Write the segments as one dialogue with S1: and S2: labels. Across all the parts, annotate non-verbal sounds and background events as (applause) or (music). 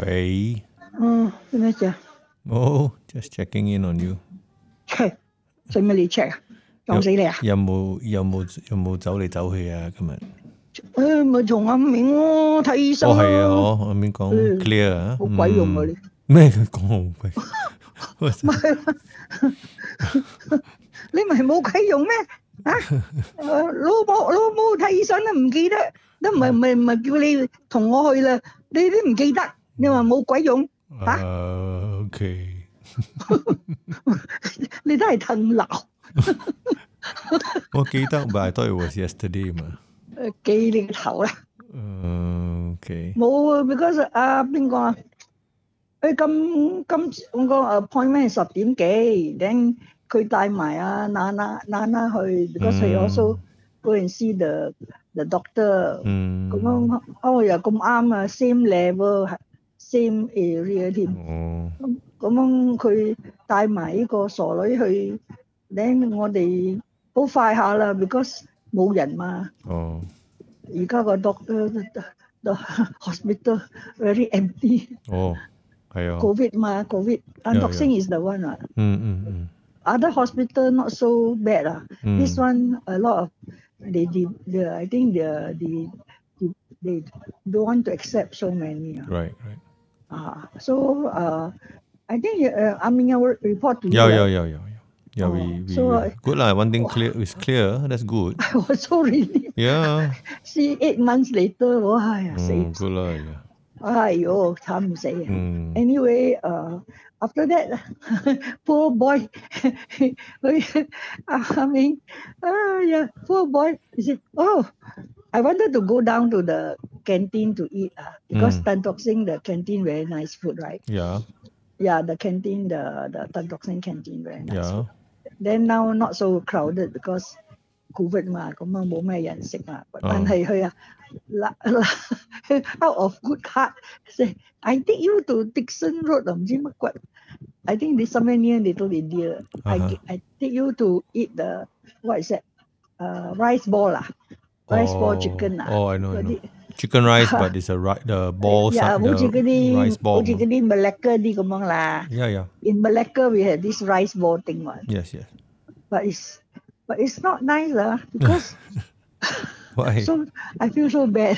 S1: Wait.
S2: Oh,做咩事啊？
S1: 冇，just Oh, checking in on you
S2: 切，使乜你 check 啊？撞死你啊！
S1: 有。有冇有冇有冇走嚟走去啊？今日
S2: 誒哎咪同阿明咯，睇醫生
S1: 哦
S2: 咯。
S1: 係啊，我我面講
S2: 嗯
S1: clear 啊，
S2: 好鬼用啊
S1: (laughs) 嗯
S2: 你
S1: 咩佢講 (laughs) 好鬼？我真係
S2: 你咪冇鬼用咩？
S1: (laughs)
S2: 啊！誒老母老母睇醫生都唔記得，都唔係唔係唔係叫你同我去啦，你都唔記得，你話冇鬼用，嚇
S1: 啊，OK，
S2: 你都係騰流。
S1: 我記得，but I thought it was yesterday 嘛。
S2: 誒記你個頭啦，
S1: 嗯，OK，
S2: 冇啊！because à, 啊邊個啊？佢今今我個 appointment 係十點幾，then 佢帶埋啊娜娜娜娜去，because 佢 also go and see the the
S1: Ừ.
S2: doctor。
S1: 嗯，
S2: 咁樣哦又咁啱啊，same à, level，same area 添。
S1: 哦，
S2: 咁樣佢帶埋呢個傻女去，then 我哋好快下啦，because 冇人嘛。
S1: 哦，
S2: 而家個 doctor the hospital very empty。
S1: 哦，係啊，
S2: Covid 嘛，Covid。啊
S1: 有，有。
S2: ，Doxing is the one 啊。
S1: 嗯嗯嗯
S2: Other hospital not so bad 啊。
S1: 嗯
S2: This one a lot of they they, they I think they they they, they don't want to accept so many 啊。
S1: ，right right，
S2: 啊，so 誒，I think uh, 誒阿明有 report to ah. you。
S1: 有有有有有，有
S2: 哦
S1: we we
S2: so I-
S1: good lah. One thing clear is clear. That's good.
S2: (laughs) I was so relieved. (laughs)
S1: Yeah.
S2: See eight months later，哇 ya, 呀死！
S1: 嗯，good Hmm, Mm. 啦，而家。
S2: 哎呦，慘唔死啊！
S1: 嗯
S2: Anyway, uh, after that, (laughs) poor boy. (laughs) uh, I mean, ah, yeah, poor boy. He said, oh, I wanted to go down to the canteen to eat uh, because
S1: Mm.
S2: Tan Tock Seng, the canteen, very nice food, right?
S1: Yeah.
S2: Yeah, the canteen, the, the Tan Tock Seng canteen, very nice
S1: Yeah.
S2: food. Then now not so crowded because COVID 嘛，咁啊冇咩人食嘛。
S1: Ờ.
S2: 但係佢啊，嗱嗱 à. (laughs) out of good heart，say I take you to Dixon Road 啊，唔知乜鬼。I think this somewhere near Little India. I
S1: Uh-huh.
S2: I take you to eat the what is that? Uh, rice ball 啊，rice ball chicken à? ah? 啊，
S1: Oh, I know,
S2: 嗰
S1: I know.
S2: 啲
S1: Chicken
S2: (laughs)
S1: rice, but it's a ri- the ball
S2: Yeah，
S1: side,
S2: 好似嗰
S1: the
S2: 啲
S1: rice
S2: 好
S1: ball.
S2: 似嗰啲 Malacca 啲咁樣啦。
S1: Yeah, yeah.
S2: In Malacca we had this rice ball thing 嘛。
S1: Yes, yes.
S2: but it's but it's not nice lah because
S1: Why?
S2: so I feel so bad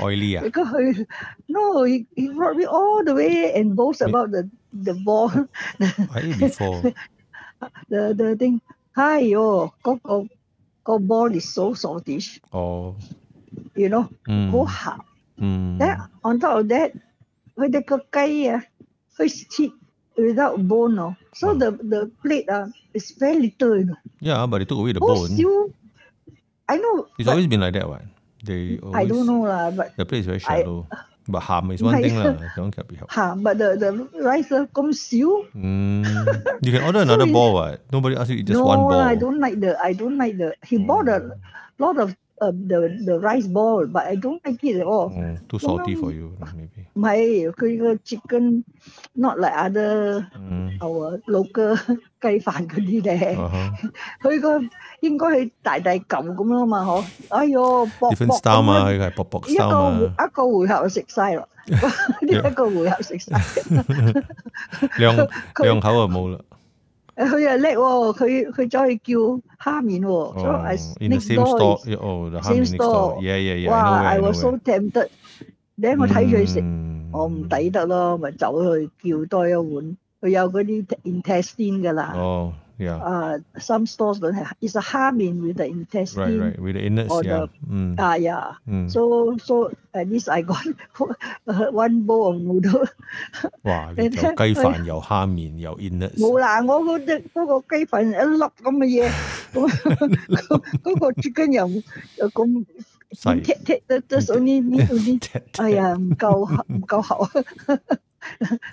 S1: Oily,
S2: (laughs)
S1: ah.
S2: because he, no he, he brought me all the way and boasts
S1: Me-
S2: about the the ball
S1: I ate before.
S2: (laughs) the the thing hi yo go go go ball is so saltish
S1: Oh.
S2: you know
S1: Mm.
S2: go hard
S1: Mm.
S2: then on top of that when the kakai ah fish cheek without bone oh. so
S1: Mm.
S2: the the plate ah is very little you know
S1: Yeah, but they took away the
S2: Who
S1: bone.
S2: still- I know
S1: It's
S2: but
S1: always been like that, one. They always.
S2: I don't know lah but
S1: The place is very shallow. but harm
S2: (laughs)
S1: is
S2: My-
S1: one thing, lah. That one can't be helped.
S2: 嚇，but the the rice uh, 啊咁少。
S1: Mm. You can
S2: (laughs)
S1: order another
S2: we-
S1: ball, what? Nobody asked you to eat just
S2: No
S1: one ball. Hmm.
S2: lah, I don't like the I don't like the he bought a lot of uh, the the rice ball, but I don't like it at all.
S1: Oh, too salty for you, maybe.
S2: 唔係佢個 chicken not like other
S1: Mm.
S2: our local (laughs) 雞飯嗰啲咧，
S1: Uh-huh.
S2: 佢個應該係大大嚿咁樣嘛，嗬！哎呦，薄
S1: Different
S2: 薄
S1: style 嘛，
S2: 咁樣
S1: 佢係薄薄
S2: 一
S1: style
S2: 個
S1: 嘛，
S2: 一個回合就食晒
S1: (laughs)
S2: 咯， (laughs) 呢一個回合食晒。
S1: 兩
S2: (laughs) 佢
S1: 兩口就冇啦。
S2: 誒佢又叻喎，佢佢走去叫蝦面喎，所以 I
S1: 哦，in Ờ, the
S2: next
S1: same
S2: door
S1: store，
S2: is
S1: oh
S2: same
S1: the Harmony next
S2: store
S1: door，yeah yeah yeah，
S2: 哇！I
S1: Dạ, I know where I
S2: was so
S1: know
S2: tempted，你
S1: where。
S2: 我睇佢食，
S1: 嗯
S2: 我唔抵。得咯，咪走去叫多一碗。佢有嗰啲 intestine 㗎啦，
S1: 哦，yeah，right
S2: 啊，some stores don't have is a 蝦面 with the intestine，
S1: right，with the innards
S2: Or
S1: yeah，
S2: the-
S1: 嗯
S2: 啊呀
S1: 嗯，
S2: ，so so at least I got (laughs) one bowl of
S1: (laughs)
S2: noodle。
S1: 哇，你
S2: 你
S1: 又
S2: 聽
S1: 雞飯又蝦面又 innards，
S2: 冇啦，我嗰只嗰個雞粉一粒咁嘅嘢，
S1: (laughs)
S2: 咁嗰嗰個豬筋又又咁
S1: 細 (laughs)
S2: 踢踢得得手呢呢度啲，
S1: 踢 (laughs) 踢
S2: 哎呀唔夠唔夠厚， (laughs)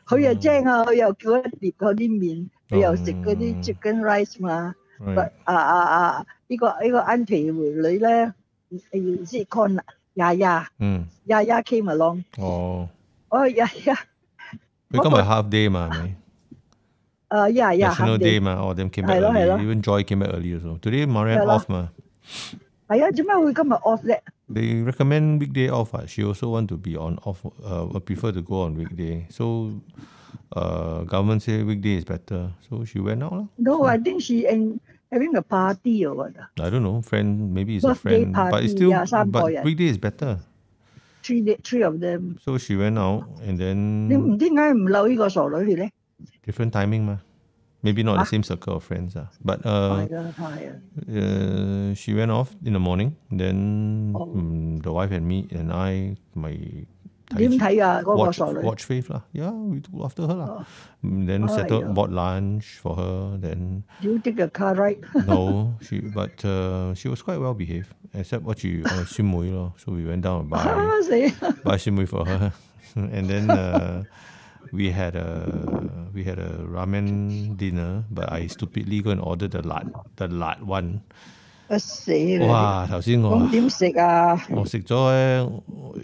S2: 佢又精啊，佢又叫一碟嗰啲面，佢又食嗰
S1: 嗯
S2: 啲 chicken rice 嘛，
S1: Ờ, right，
S2: 啊啊啊！呢個呢個 auntie 回女咧，唔知 con 呀呀
S1: 嗯，
S2: 呀呀 came along，
S1: 哦，
S2: 哦呀呀，
S1: 佢今日 half day 嘛，係咪
S2: 啊呀呀
S1: National Day 嘛，all them came back
S2: 係咯，係咯。
S1: early，even Joy came back early also。Today Mariam
S2: 係咯。
S1: off 嘛，
S2: 係啊，做咩會今日 off 啫？
S1: They recommend weekday off. ah. She also want to be on off. Uh, uh, prefer to go on weekday. So, uh, government say weekday is better. So she went out lah.
S2: No, I think she and having a party or what. ah.
S1: I don't know, friend. Maybe it's
S2: Birthday
S1: a friend, but it's
S2: party,
S1: still.
S2: yeah, some boy,
S1: but
S2: yeah.
S1: weekday is better.
S2: Three day, three of them.
S1: So she went out and
S2: 你
S1: then
S2: 唔知點解唔漏呢個傻女去咧？
S1: different timing, ma. Maybe not the
S2: Ah. Oh,
S1: same circle of friends, ah. But
S2: 係
S1: uh,
S2: 㗎，係啊。
S1: uh, she went off in the morning. Then
S2: Oh.
S1: um, the wife and me and I, my
S2: 點睇啊？嗰個
S1: watch
S2: 傻女
S1: watch faith lah. Yeah, we look after her lah.
S2: Oh.
S1: Mm, Then
S2: Oh,
S1: settled
S2: yeah.
S1: bought lunch for her.
S2: (laughs)
S1: Then
S2: ，You take a car ride？
S1: no, she but uh, she was quite well behaved except what she uh, sumui lor. So we went down and (laughs)
S2: (laughs)
S1: buy
S2: 啊死啊！
S1: buy sumui for her, (laughs) and then uh, we had a we had a ramen dinner. But I stupidly go and order the lat the lat one.
S2: 啊死啦！
S1: 哇！頭先我
S2: 咁點食啊？
S1: 我食咗咧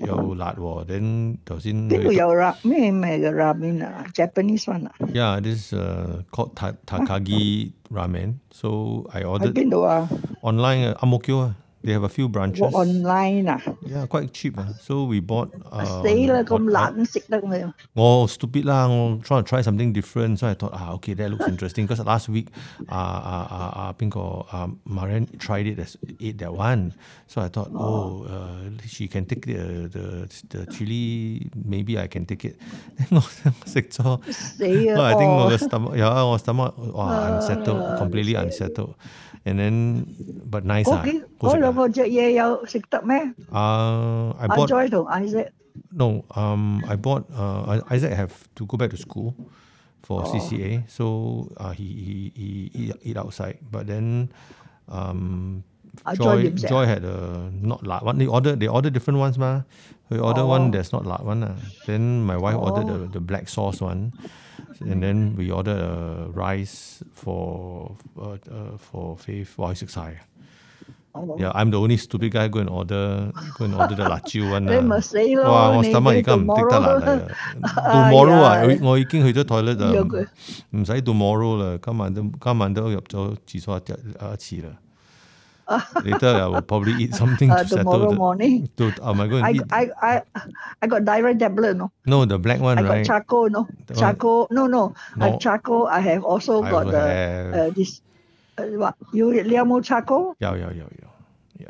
S1: 有辣喎，then 頭先
S2: 邊度 (laughs)
S1: 去
S2: 有辣咩咩嘅 ramen 啊？Japanese one à. 啊？
S1: Yeah, this uh, called ta- Takagi Ramen. So I
S2: 喺
S1: ordered
S2: 邊度啊
S1: online uh, Amokyo. They have a few branches.
S2: 我 online à. 啊？
S1: Yeah, quite cheap. Uh. So we bought. Uh,
S2: 死啦！
S1: on-
S2: 咁辣
S1: on-
S2: 咁食得咁樣，
S1: Oh, stupid lah. I'm trying to try something different. So I thought, ah, okay, that looks interesting. Because last week, uh, uh, uh, uh, Pinko, um, Marian tried it, as, ate that one. So I thought, oh, uh, she can take the, the the chili. Maybe I can take it. (laughs) Then 我食咗。
S2: 死
S1: No, I think
S2: 啊！
S1: 我嘅 stomach，有啊，我 stomach 哇 unsettled,
S2: 啊
S1: completely unsettled. And then but nice
S2: 嗰
S1: lah. 啊，
S2: 幾
S1: 好
S2: 嗰
S1: 食
S2: 兩
S1: 啊。
S2: 個隻嘢有食得咩
S1: 啊，I Uh,
S2: ？I
S1: bought
S2: Joy 同 I Z
S1: no, um, I bought. Uh, I- Isaac have to go back to school for
S2: Oh.
S1: CCA, so uh, he he he eat, eat outside. But then, um,
S2: Ah, Joy
S1: Joy
S2: didn't say
S1: Joy had a not lat one. They order they order different ones, ma. We order one
S2: Oh.
S1: that's not lat one. ah. Then my wife ordered
S2: Oh.
S1: the, the black sauce one, and then we ordered uh, rice for uh, uh, for faith. Wow, six high.
S2: 哦
S1: Yeah, I'm the only stupid guy go and order go and
S2: (laughs)
S1: order the lachiu one
S2: 你
S1: ah.
S2: 咪死咯！
S1: 哇！我
S2: 你
S1: stomach 而
S2: 你
S1: 家唔滴得
S2: tomorrow
S1: 啦，
S2: (laughs)
S1: 嚟啊
S2: 哎呀
S1: ！Tomorrow 啊，我我已經去咗 toilet
S2: 約
S1: 啦，
S2: 佢
S1: 唔使 tomorrow 啦，今晚都今晚都入咗廁所一一
S2: (laughs)
S1: 次啦。你得啦，I will probably eat something
S2: Uh,
S1: to settle
S2: tomorrow
S1: the.
S2: morning.
S1: To, am I going
S2: I,
S1: to eat?
S2: I, I, I got diarrhea tablet, no.
S1: No, the black one,
S2: I got
S1: right?
S2: charcoal, no.
S1: That one-
S2: Charcoal, no, no. I
S1: No.
S2: charcoal. I have also
S1: I
S2: got
S1: also
S2: the
S1: have.
S2: uh, this. Uh, what you you have more charcoal?
S1: 有有有有有。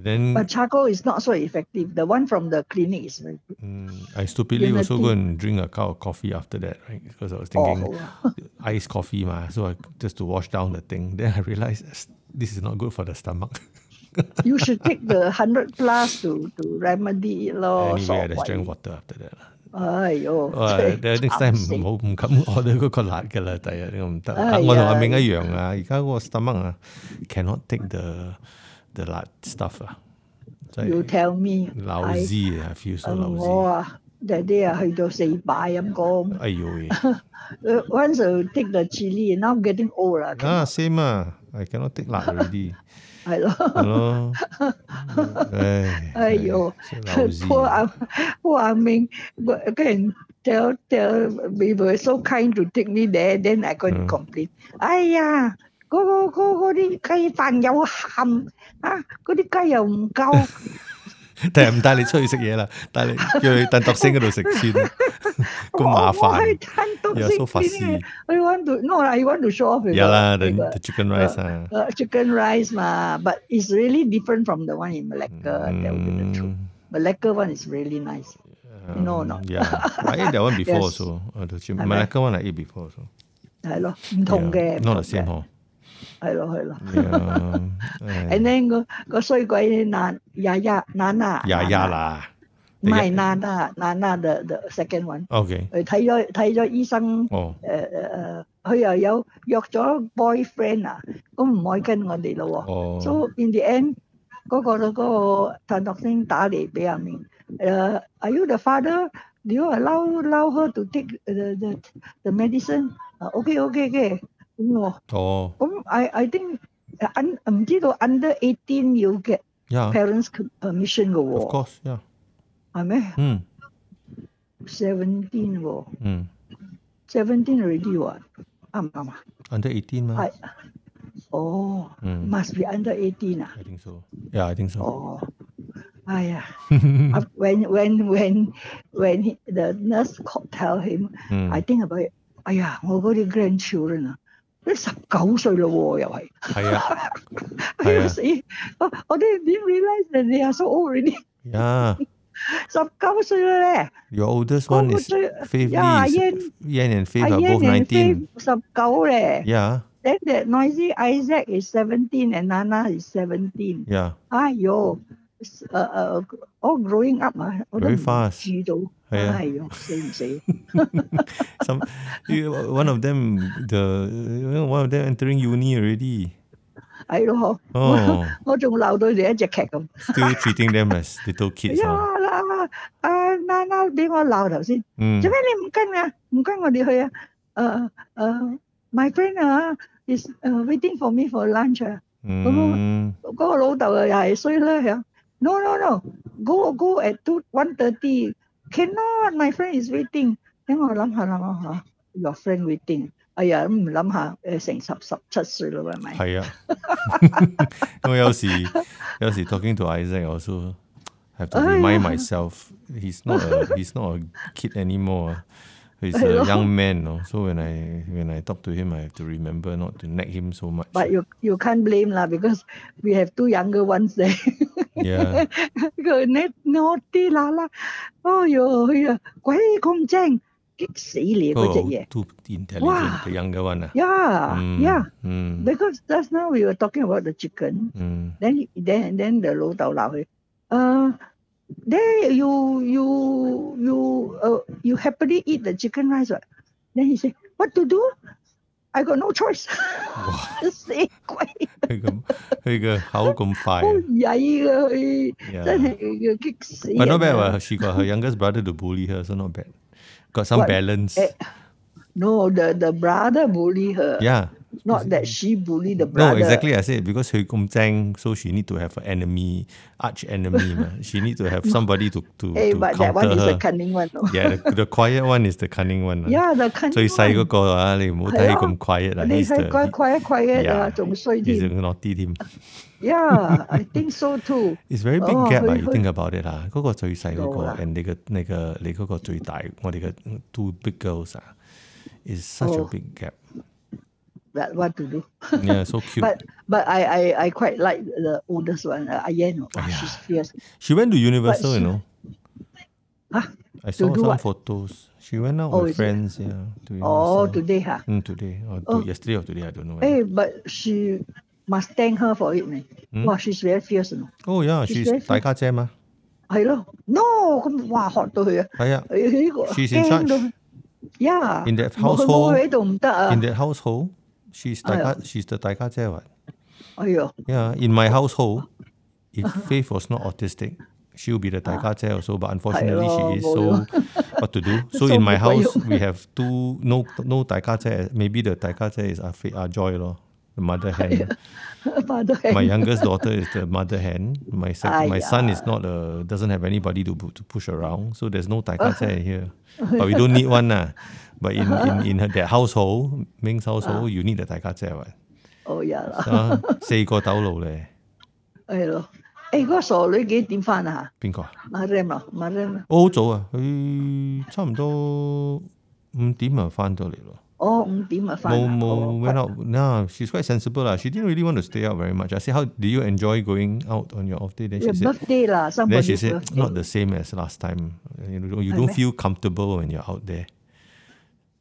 S1: Then
S2: But charcoal is not so effective. The one from the clinic is very good.
S1: mm, I stupidly
S2: Unity.
S1: also go and drink a cup of coffee after that, right? Because I was thinking.
S2: awful.
S1: iced coffee ma, so I just to wash down the thing. Then I realized s- this is not good for the stomach.
S2: you should take the hundred plus to to remedy it, lor.
S1: anyway, I just drank water after that. lah.
S2: 哎呦，
S1: Uh,
S2: (laughs)
S1: then next time
S2: 慘死。
S1: 唔好唔敢 order 嗰個辣嘅啦，第日呢個唔得。
S2: 哎呀
S1: 我同阿明一樣啊，而家嗰個 stomach 啊，cannot take the the 辣 stuff à. 啊，真
S2: You Ờ,
S1: 係
S2: tell me.
S1: 流脂啊，I feel so 流脂。
S2: 我啊，that day啊去到四百咁講。
S1: 哎呦喂，
S2: Uh, once I take the chili, now I'm getting old lah.
S1: 啊 À, same 啊，I cannot take 辣 already，
S2: 係咯，
S1: 係咯，唉，
S2: 哎呦
S1: 真係流脂。
S2: poor 阿 poor 阿明，but again tell tell we were so kind to take me there, then I go and
S1: 嗯
S2: complain. 哎呀，嗰個嗰嗰啲雞飯有鹹啊，嗰啲雞又唔夠，
S1: 但系唔帶你出去食嘢啦，帶你叫你鄧特星嗰度食先啦，咁
S2: 我
S1: 麻
S2: 我去
S1: 煩。
S2: 攤到
S1: You're so fussy。
S2: I want to no, I want to show off with
S1: 有啦
S2: a- with
S1: ，the
S2: a-
S1: the chicken rice à. 啊，
S2: uh, chicken rice 嘛，but it's really different from the one in Malacca. That will be the truth.
S1: 嗯
S2: Malacca one is really nice. No, no.
S1: Yeah，I ate
S2: (laughs)
S1: that one before
S2: Yes.
S1: also. Uh, the chicken-
S2: 係咪
S1: Malacca one I ate before also.
S2: 係咯，
S1: Dạ.
S2: 唔同嘅，唔
S1: Yeah, Not
S2: 同
S1: the same
S2: 嘅， (laughs)
S1: 嗬。
S2: 係咯係咯。
S1: Yeah，唉
S2: And then 個個衰鬼難呀呀難啊，
S1: 呀呀，啦
S2: 唔係
S1: 你
S2: 難啊難啊 the the second one，
S1: dạ. ，OK，
S2: 佢睇咗睇咗醫生，
S1: 哦，
S2: 誒誒誒，佢又有約咗 boyfriend 啊，咁唔可以跟我哋咯喎。So
S1: 哦，
S2: in the end，嗰個嗰個陳樂星打嚟俾阿明，誒，Are you the father？Do you allow allow her to take the the the medicine？啊，OK OK OK，咁我。
S1: 哦，
S2: 咁 I I think uh, un, 唔知道 under eighteen 要 get
S1: 呀
S2: parents uh, c- permission 嘅
S1: Dạ, ，of
S2: 喎，
S1: course，呀，
S2: 係咩
S1: 嗯
S2: Ah, ？seventeen 喎
S1: 嗯
S2: ，seventeen already 喎，啱唔啱啊？
S1: ，under eighteen 嘛
S2: 係， Oh,
S1: Mm.
S2: must be under 18 ah.
S1: I think so. Yeah, I think (laughs) so.
S2: Oh, !aiya!
S1: Hmm.
S2: af- when when when when he, the nurse called, tell him,
S1: Mm.
S2: I think about it. 哎呀，我嗰啲 grandchildren ah." 啊，都十九歲嘞喎，又 (laughs) 係。
S1: 係啊。
S2: 哎
S1: 係啊
S2: 呀死！我我哋 Oh, didn't realize that they are so old already， (laughs)
S1: Yeah,
S2: 十九歲啦咧。
S1: your oldest one is
S2: Oh,
S1: Faith
S2: yeah, À,
S1: Lee. is-
S2: Ian-
S1: Ian and Faith are both
S2: 阿
S1: 19.
S2: 燕十九咧。
S1: Yeah,
S2: Then that noisy Isaac is seventeen and Nana is seventeen。
S1: yeah.
S2: 哎呦，誒誒，all uh, growing up 啊，我都
S1: Very
S2: 唔
S1: fast
S2: 知道。
S1: 係啊
S2: 哎呦，死唔死？
S1: Some you- one of them the you know, one of them entering uni already.
S2: 係咯，
S1: Oh,
S2: 我仲鬧到你一隻劇咁。
S1: still treating them as little kids.
S2: 呀
S1: huh?
S2: 啦，啊 Dạ, à, Nana 俾我鬧頭先。
S1: Mm.
S2: 做咩你唔跟啊？唔跟我哋去啊？誒誒，my ờ, friend 啊，is 誒 waiting for me for lunch à. 啊。Oh.
S1: Mm.
S2: 嗰個老豆又係衰啦，係啊，no no no，go go at two one thirty，cannot my friend is waiting。等我諗下諗下諗下，your friend waiting。哎呀，唔諗下，誒成十十七歲啦，係咪？
S1: (laughs) 係啊。因為有時-有時 talking to Isaac I also have to
S2: 哎呀。
S1: remind myself he's not a he's not a kid anymore. He's a
S2: 係咯。
S1: young man. know. So when I when I talk to him I have to remember not to nag him so much.
S2: But you you can't blame 啦，because we have two younger ones there。 (laughs)
S1: Yeah.
S2: 佢 net 我啲啦啦，哎呦，佢啊鬼咁精，激死你嗰只
S1: Oh,
S2: 嘢。
S1: too intelligent,
S2: Wow.
S1: the younger one. ah.
S2: Yeah
S1: Mm,
S2: yeah。
S1: mm,
S2: Because just now we were talking about the chicken.
S1: mm.
S2: Then then then the 老豆鬧佢，誒、there ờ, you you you uh, you happily eat the chicken rice what? Then he say what to do? I got no choice. (laughs) 死鬼，
S1: 佢咁-佢個口咁快啊。
S2: 好 (laughs) 曳噶佢，
S1: Yeah.
S2: 真係激死
S1: But
S2: 人
S1: not bad.
S2: 啊
S1: Well, she got her youngest brother to bully her, so not bad. Got some
S2: But-
S1: balance.
S2: eh, No, the the brother bully her.
S1: (laughs) Yeah.
S2: Not that she bully the brother.
S1: No, exactly. I said because her kumtang, so she need to have an enemy, arch
S2: (laughs)
S1: enemy. ma. She need to have somebody to to,
S2: Eh,
S1: to
S2: but that one
S1: counter
S2: is a
S1: her.
S2: cunning one.
S1: Yeah, the, the quiet one is the cunning
S2: (laughs)
S1: one.
S2: Yeah, the cunning
S1: 最
S2: one.
S1: 細嗰個啊，你唔好睇佢咁 quiet 啊，
S2: 你
S1: he's
S2: 睇
S1: the-
S2: 怪
S1: he-
S2: 怪一怪一啊，
S1: Yeah，
S2: 仲衰
S1: he's
S2: 啲。
S1: the naughty 添。
S2: Yeah, I think so too。
S1: It's very big
S2: 哦
S1: gap 啊！
S2: 佢
S1: you
S2: 佢
S1: think about it ah. 啊，嗰個最細嗰個
S2: 有啊
S1: and 你嘅你嘅你嗰個最大，我哋嘅 two big girls 啊，is such a
S2: 哦
S1: big gap。
S2: That what to do? (laughs)
S1: Yeah, so cute.
S2: But but I I I quite like the oldest one, uh, Ayen. Oh,
S1: !aiya!
S2: she's fierce.
S1: She went to Universal,
S2: she-
S1: you know.
S2: 啊
S1: I saw
S2: do
S1: some
S2: what?
S1: photos. She went out
S2: Oh,
S1: with
S2: is it?
S1: friends, yeah, to
S2: Oh,
S1: Universal.
S2: today 嚇。
S1: Mm, today or to-
S2: Oh.
S1: yesterday or today, I don't know.
S2: Eh, but she must thank her for it 呢。
S1: Hmm?
S2: 哇，she's very fierce 呢。
S1: Oh yeah,
S2: she's
S1: she's
S2: very
S1: 大家姐嘛，
S2: 係咯，no 咁哇學到佢啊，
S1: 係啊。
S2: 佢佢呢個
S1: She's in charge
S2: 驚到佢。Yeah，
S1: In
S2: 冇
S1: that
S2: 佢冇
S1: household-
S2: 佢喺度唔得啊
S1: In！that household, she's
S2: Uh.
S1: 大家 she's the 大家姐 what?
S2: 哎 (laughs) 呦，
S1: Yeah, in my household, if Faith was not autistic, she would be the taikache also. But unfortunately, she is. So
S2: Hello,
S1: what to do? So
S2: (laughs) So
S1: in my
S2: good for you.
S1: house, we have two no no taikache. Maybe the taikache is our, fa- our joy lor.
S2: (laughs)
S1: The mother hen.
S2: 怕到
S1: My
S2: 係
S1: youngest daughter is the mother hen. My
S2: Ah,
S1: sec- my son is not a doesn't have anybody to bu- to push around. So there's
S2: (laughs)
S1: no taikache here. But we don't need one lah. But in in in her, that household, Ming's
S2: Ah.
S1: household, you need the taikache what?
S2: 哦呀啦，
S1: Ah, 四個斗路咧，邊個啊？
S2: 係咯。誒，嗰個傻女幾點翻啊？阿 Ram 啊，阿 Ram 啊，
S1: 我好早啊，佢差唔多五點啊翻到嚟咯。
S2: 哦五點啊翻
S1: 冇
S2: 啊，
S1: 冇
S2: 哦
S1: went out. No, she's quite sensible lah. She didn't really want to stay out very much. I said, how do you enjoy going out on your off day? Then she
S2: Your
S1: said,
S2: birthday lah,
S1: then
S2: somebody's
S1: she said,
S2: birthday.
S1: not the same as last time. You, know, you don't
S2: Aye, meh.
S1: feel comfortable when you're out there.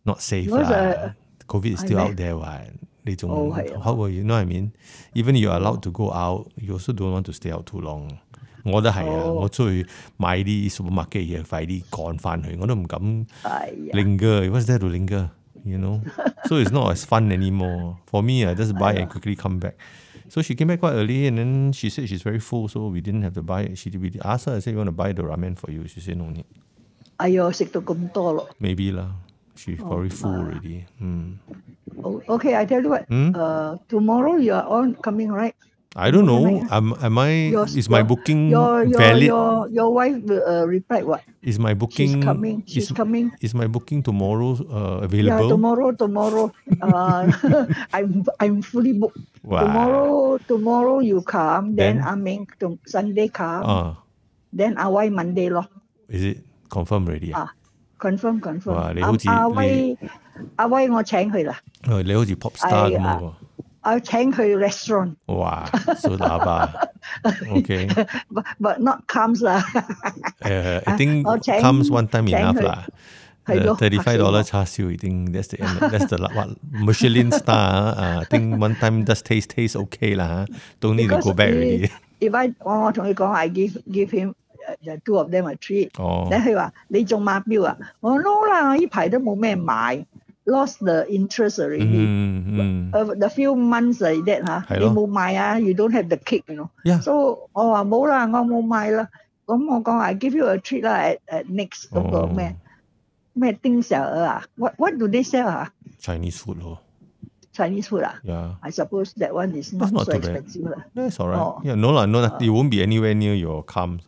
S1: Not safe
S2: Because,
S1: lah. COVID is
S2: aye,
S1: still
S2: meh.
S1: out there. What? They don't,
S2: Oh, aye,
S1: how will you know what I mean? Even you're allowed to go out, you also don't want to stay out too long. 我都係啊，
S2: 哦
S1: 我出去買啲 supermarket 嘢，快啲趕翻去，我都唔敢。
S2: 哎呀，
S1: linger. What's there to linger? You know, so it's not as fun anymore. For me, I just buy and quickly come back. So she came back quite early, and then she said she's very full, so we didn't have to buy. She we asked her, I said, "You want to buy the ramen for you?" She said, "No need."
S2: 哎呦，食到咁多咯。
S1: Maybe lah. She's probably full already. Mm.
S2: Oh, okay, I tell you what.
S1: Hmm?
S2: Uh, tomorrow you are on coming right?
S1: I don't
S2: Am I-
S1: know. Am am I?
S2: Yours-
S1: Is my
S2: your-
S1: booking
S2: Your your
S1: Hmm, valid?
S2: your your wife will, uh, replied what?
S1: Is
S2: She's
S1: my booking?
S2: coming. She's
S1: Is,
S2: coming.
S1: is my booking tomorrow
S2: Yeah,
S1: uh, available?
S2: tomorrow, tomorrow. Uh, (laughs) I'm I'm fully booked.
S1: Wow.
S2: Tomorrow, tomorrow you come. Then,
S1: Then?
S2: I mean, to, Sunday come.
S1: Ah,
S2: then I why Monday lor.
S1: is it confirmed already? Ah,
S2: Ah, confirm confirm.
S1: 哇，你
S2: 啊
S1: 好似
S2: 啊
S1: 你
S2: 威啊威，我請佢啦，
S1: 哦你好似 pop star
S2: 係
S1: 咁
S2: 啊
S1: 喎。
S2: 我請佢 restaurant， (laughs)
S1: 哇，蘇打吧，OK，
S2: but but not comes lah. 啦， (laughs)
S1: 誒，I Uh, think
S2: 我請
S1: comes one time
S2: 請
S1: enough
S2: 佢
S1: 啦。
S2: 係咯
S1: thirty five
S2: 嚇死
S1: dollar
S2: 我
S1: 叉燒已經 that's the end that's the what Michelin star 啊，I think one time just taste taste okay 啦嚇，don't need to
S2: Because
S1: go back
S2: he-
S1: already。 (laughs)
S2: if I 我我同佢講，I give give him uh, two of them a treat，
S1: 哦，
S2: then 佢話你仲買表啊？我話 no 啦，我呢排都冇咩買，lost the interest already。
S1: 嗯嗯
S2: Uh, the few months like that 嚇，
S1: 係
S2: 你
S1: 咯
S2: 冇買啊？You don't have the cake，you know。
S1: 呀
S2: So 我話冇啦，我冇買啦。咁我講 I give you a treat 啦，at at next 嗰個咩？
S1: 哦
S2: 咩丁小鵝啊？What what do they sell 啊
S1: ，Chinese food 咯
S2: ？Chinese food 啊
S1: ，yeah。
S2: ？I suppose that one is not,
S1: not
S2: so
S1: too bad.
S2: expensive 啦。 (laughs)
S1: That's all right.
S2: Oh.
S1: Yeah, no lah, no, lah. it won't be anywhere near your calm.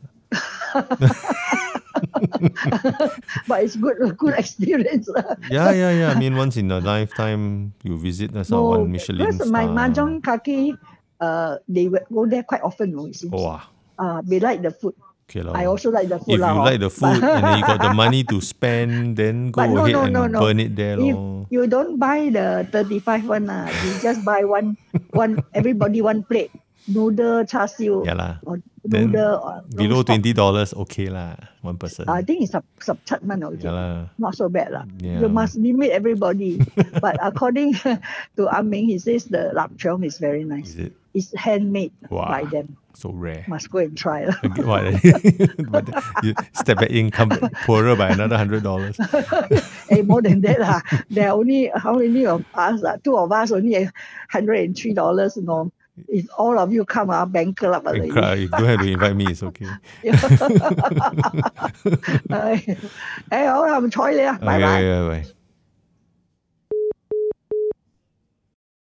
S2: But it's good good experience 啦。
S1: Yeah, yeah, yeah. I mean, once in a lifetime, you visit uh, someone
S2: No,
S1: Michelin
S2: because
S1: star.
S2: my mahjong kaki, uh, they will go there quite often. You see.
S1: Wow.
S2: Uh, they like the food.
S1: Oh, ah. Okay, lah.
S2: I also like the
S1: If
S2: food lah.
S1: you
S2: hor.
S1: like the food
S2: But-
S1: and then you got the money
S2: (laughs)
S1: to spend, then go
S2: But no,
S1: ahead
S2: no,
S1: and
S2: no, no.
S1: burn it there,
S2: You,
S1: lor.
S2: you don't buy the 35 one lah. You just buy one, one everybody one plate. Noodle, char siu,
S1: Yeah, lah.
S2: or
S1: Then
S2: noodle, or
S1: Below
S2: long stock.
S1: twenty dollars, okay lah. One person.
S2: I think it's sub, sub chat man
S1: yeah, lah.
S2: Not so bad lah.
S1: Yeah.
S2: You must limit everybody.
S1: (laughs)
S2: but according (laughs) to Ah Ming, he says the lap cheong is very nice.
S1: Is it
S2: It's handmade
S1: Wow.
S2: by them.
S1: so rare?
S2: Must go and try lah.
S1: Okay, what? (laughs) but you step back in, come back poorer by another hundred
S2: (laughs)
S1: dollars.
S2: eh, more than that lah. There are only how many of us? ah? Two of us only hundred and three dollars. No, if all of you come, ah, bankrupt
S1: And
S2: already. (laughs)
S1: cry. You don't have to invite me. It's okay.
S2: eh, 好啦，唔睬你啦，拜拜。
S1: Okay,
S2: ah,
S1: okay, okay.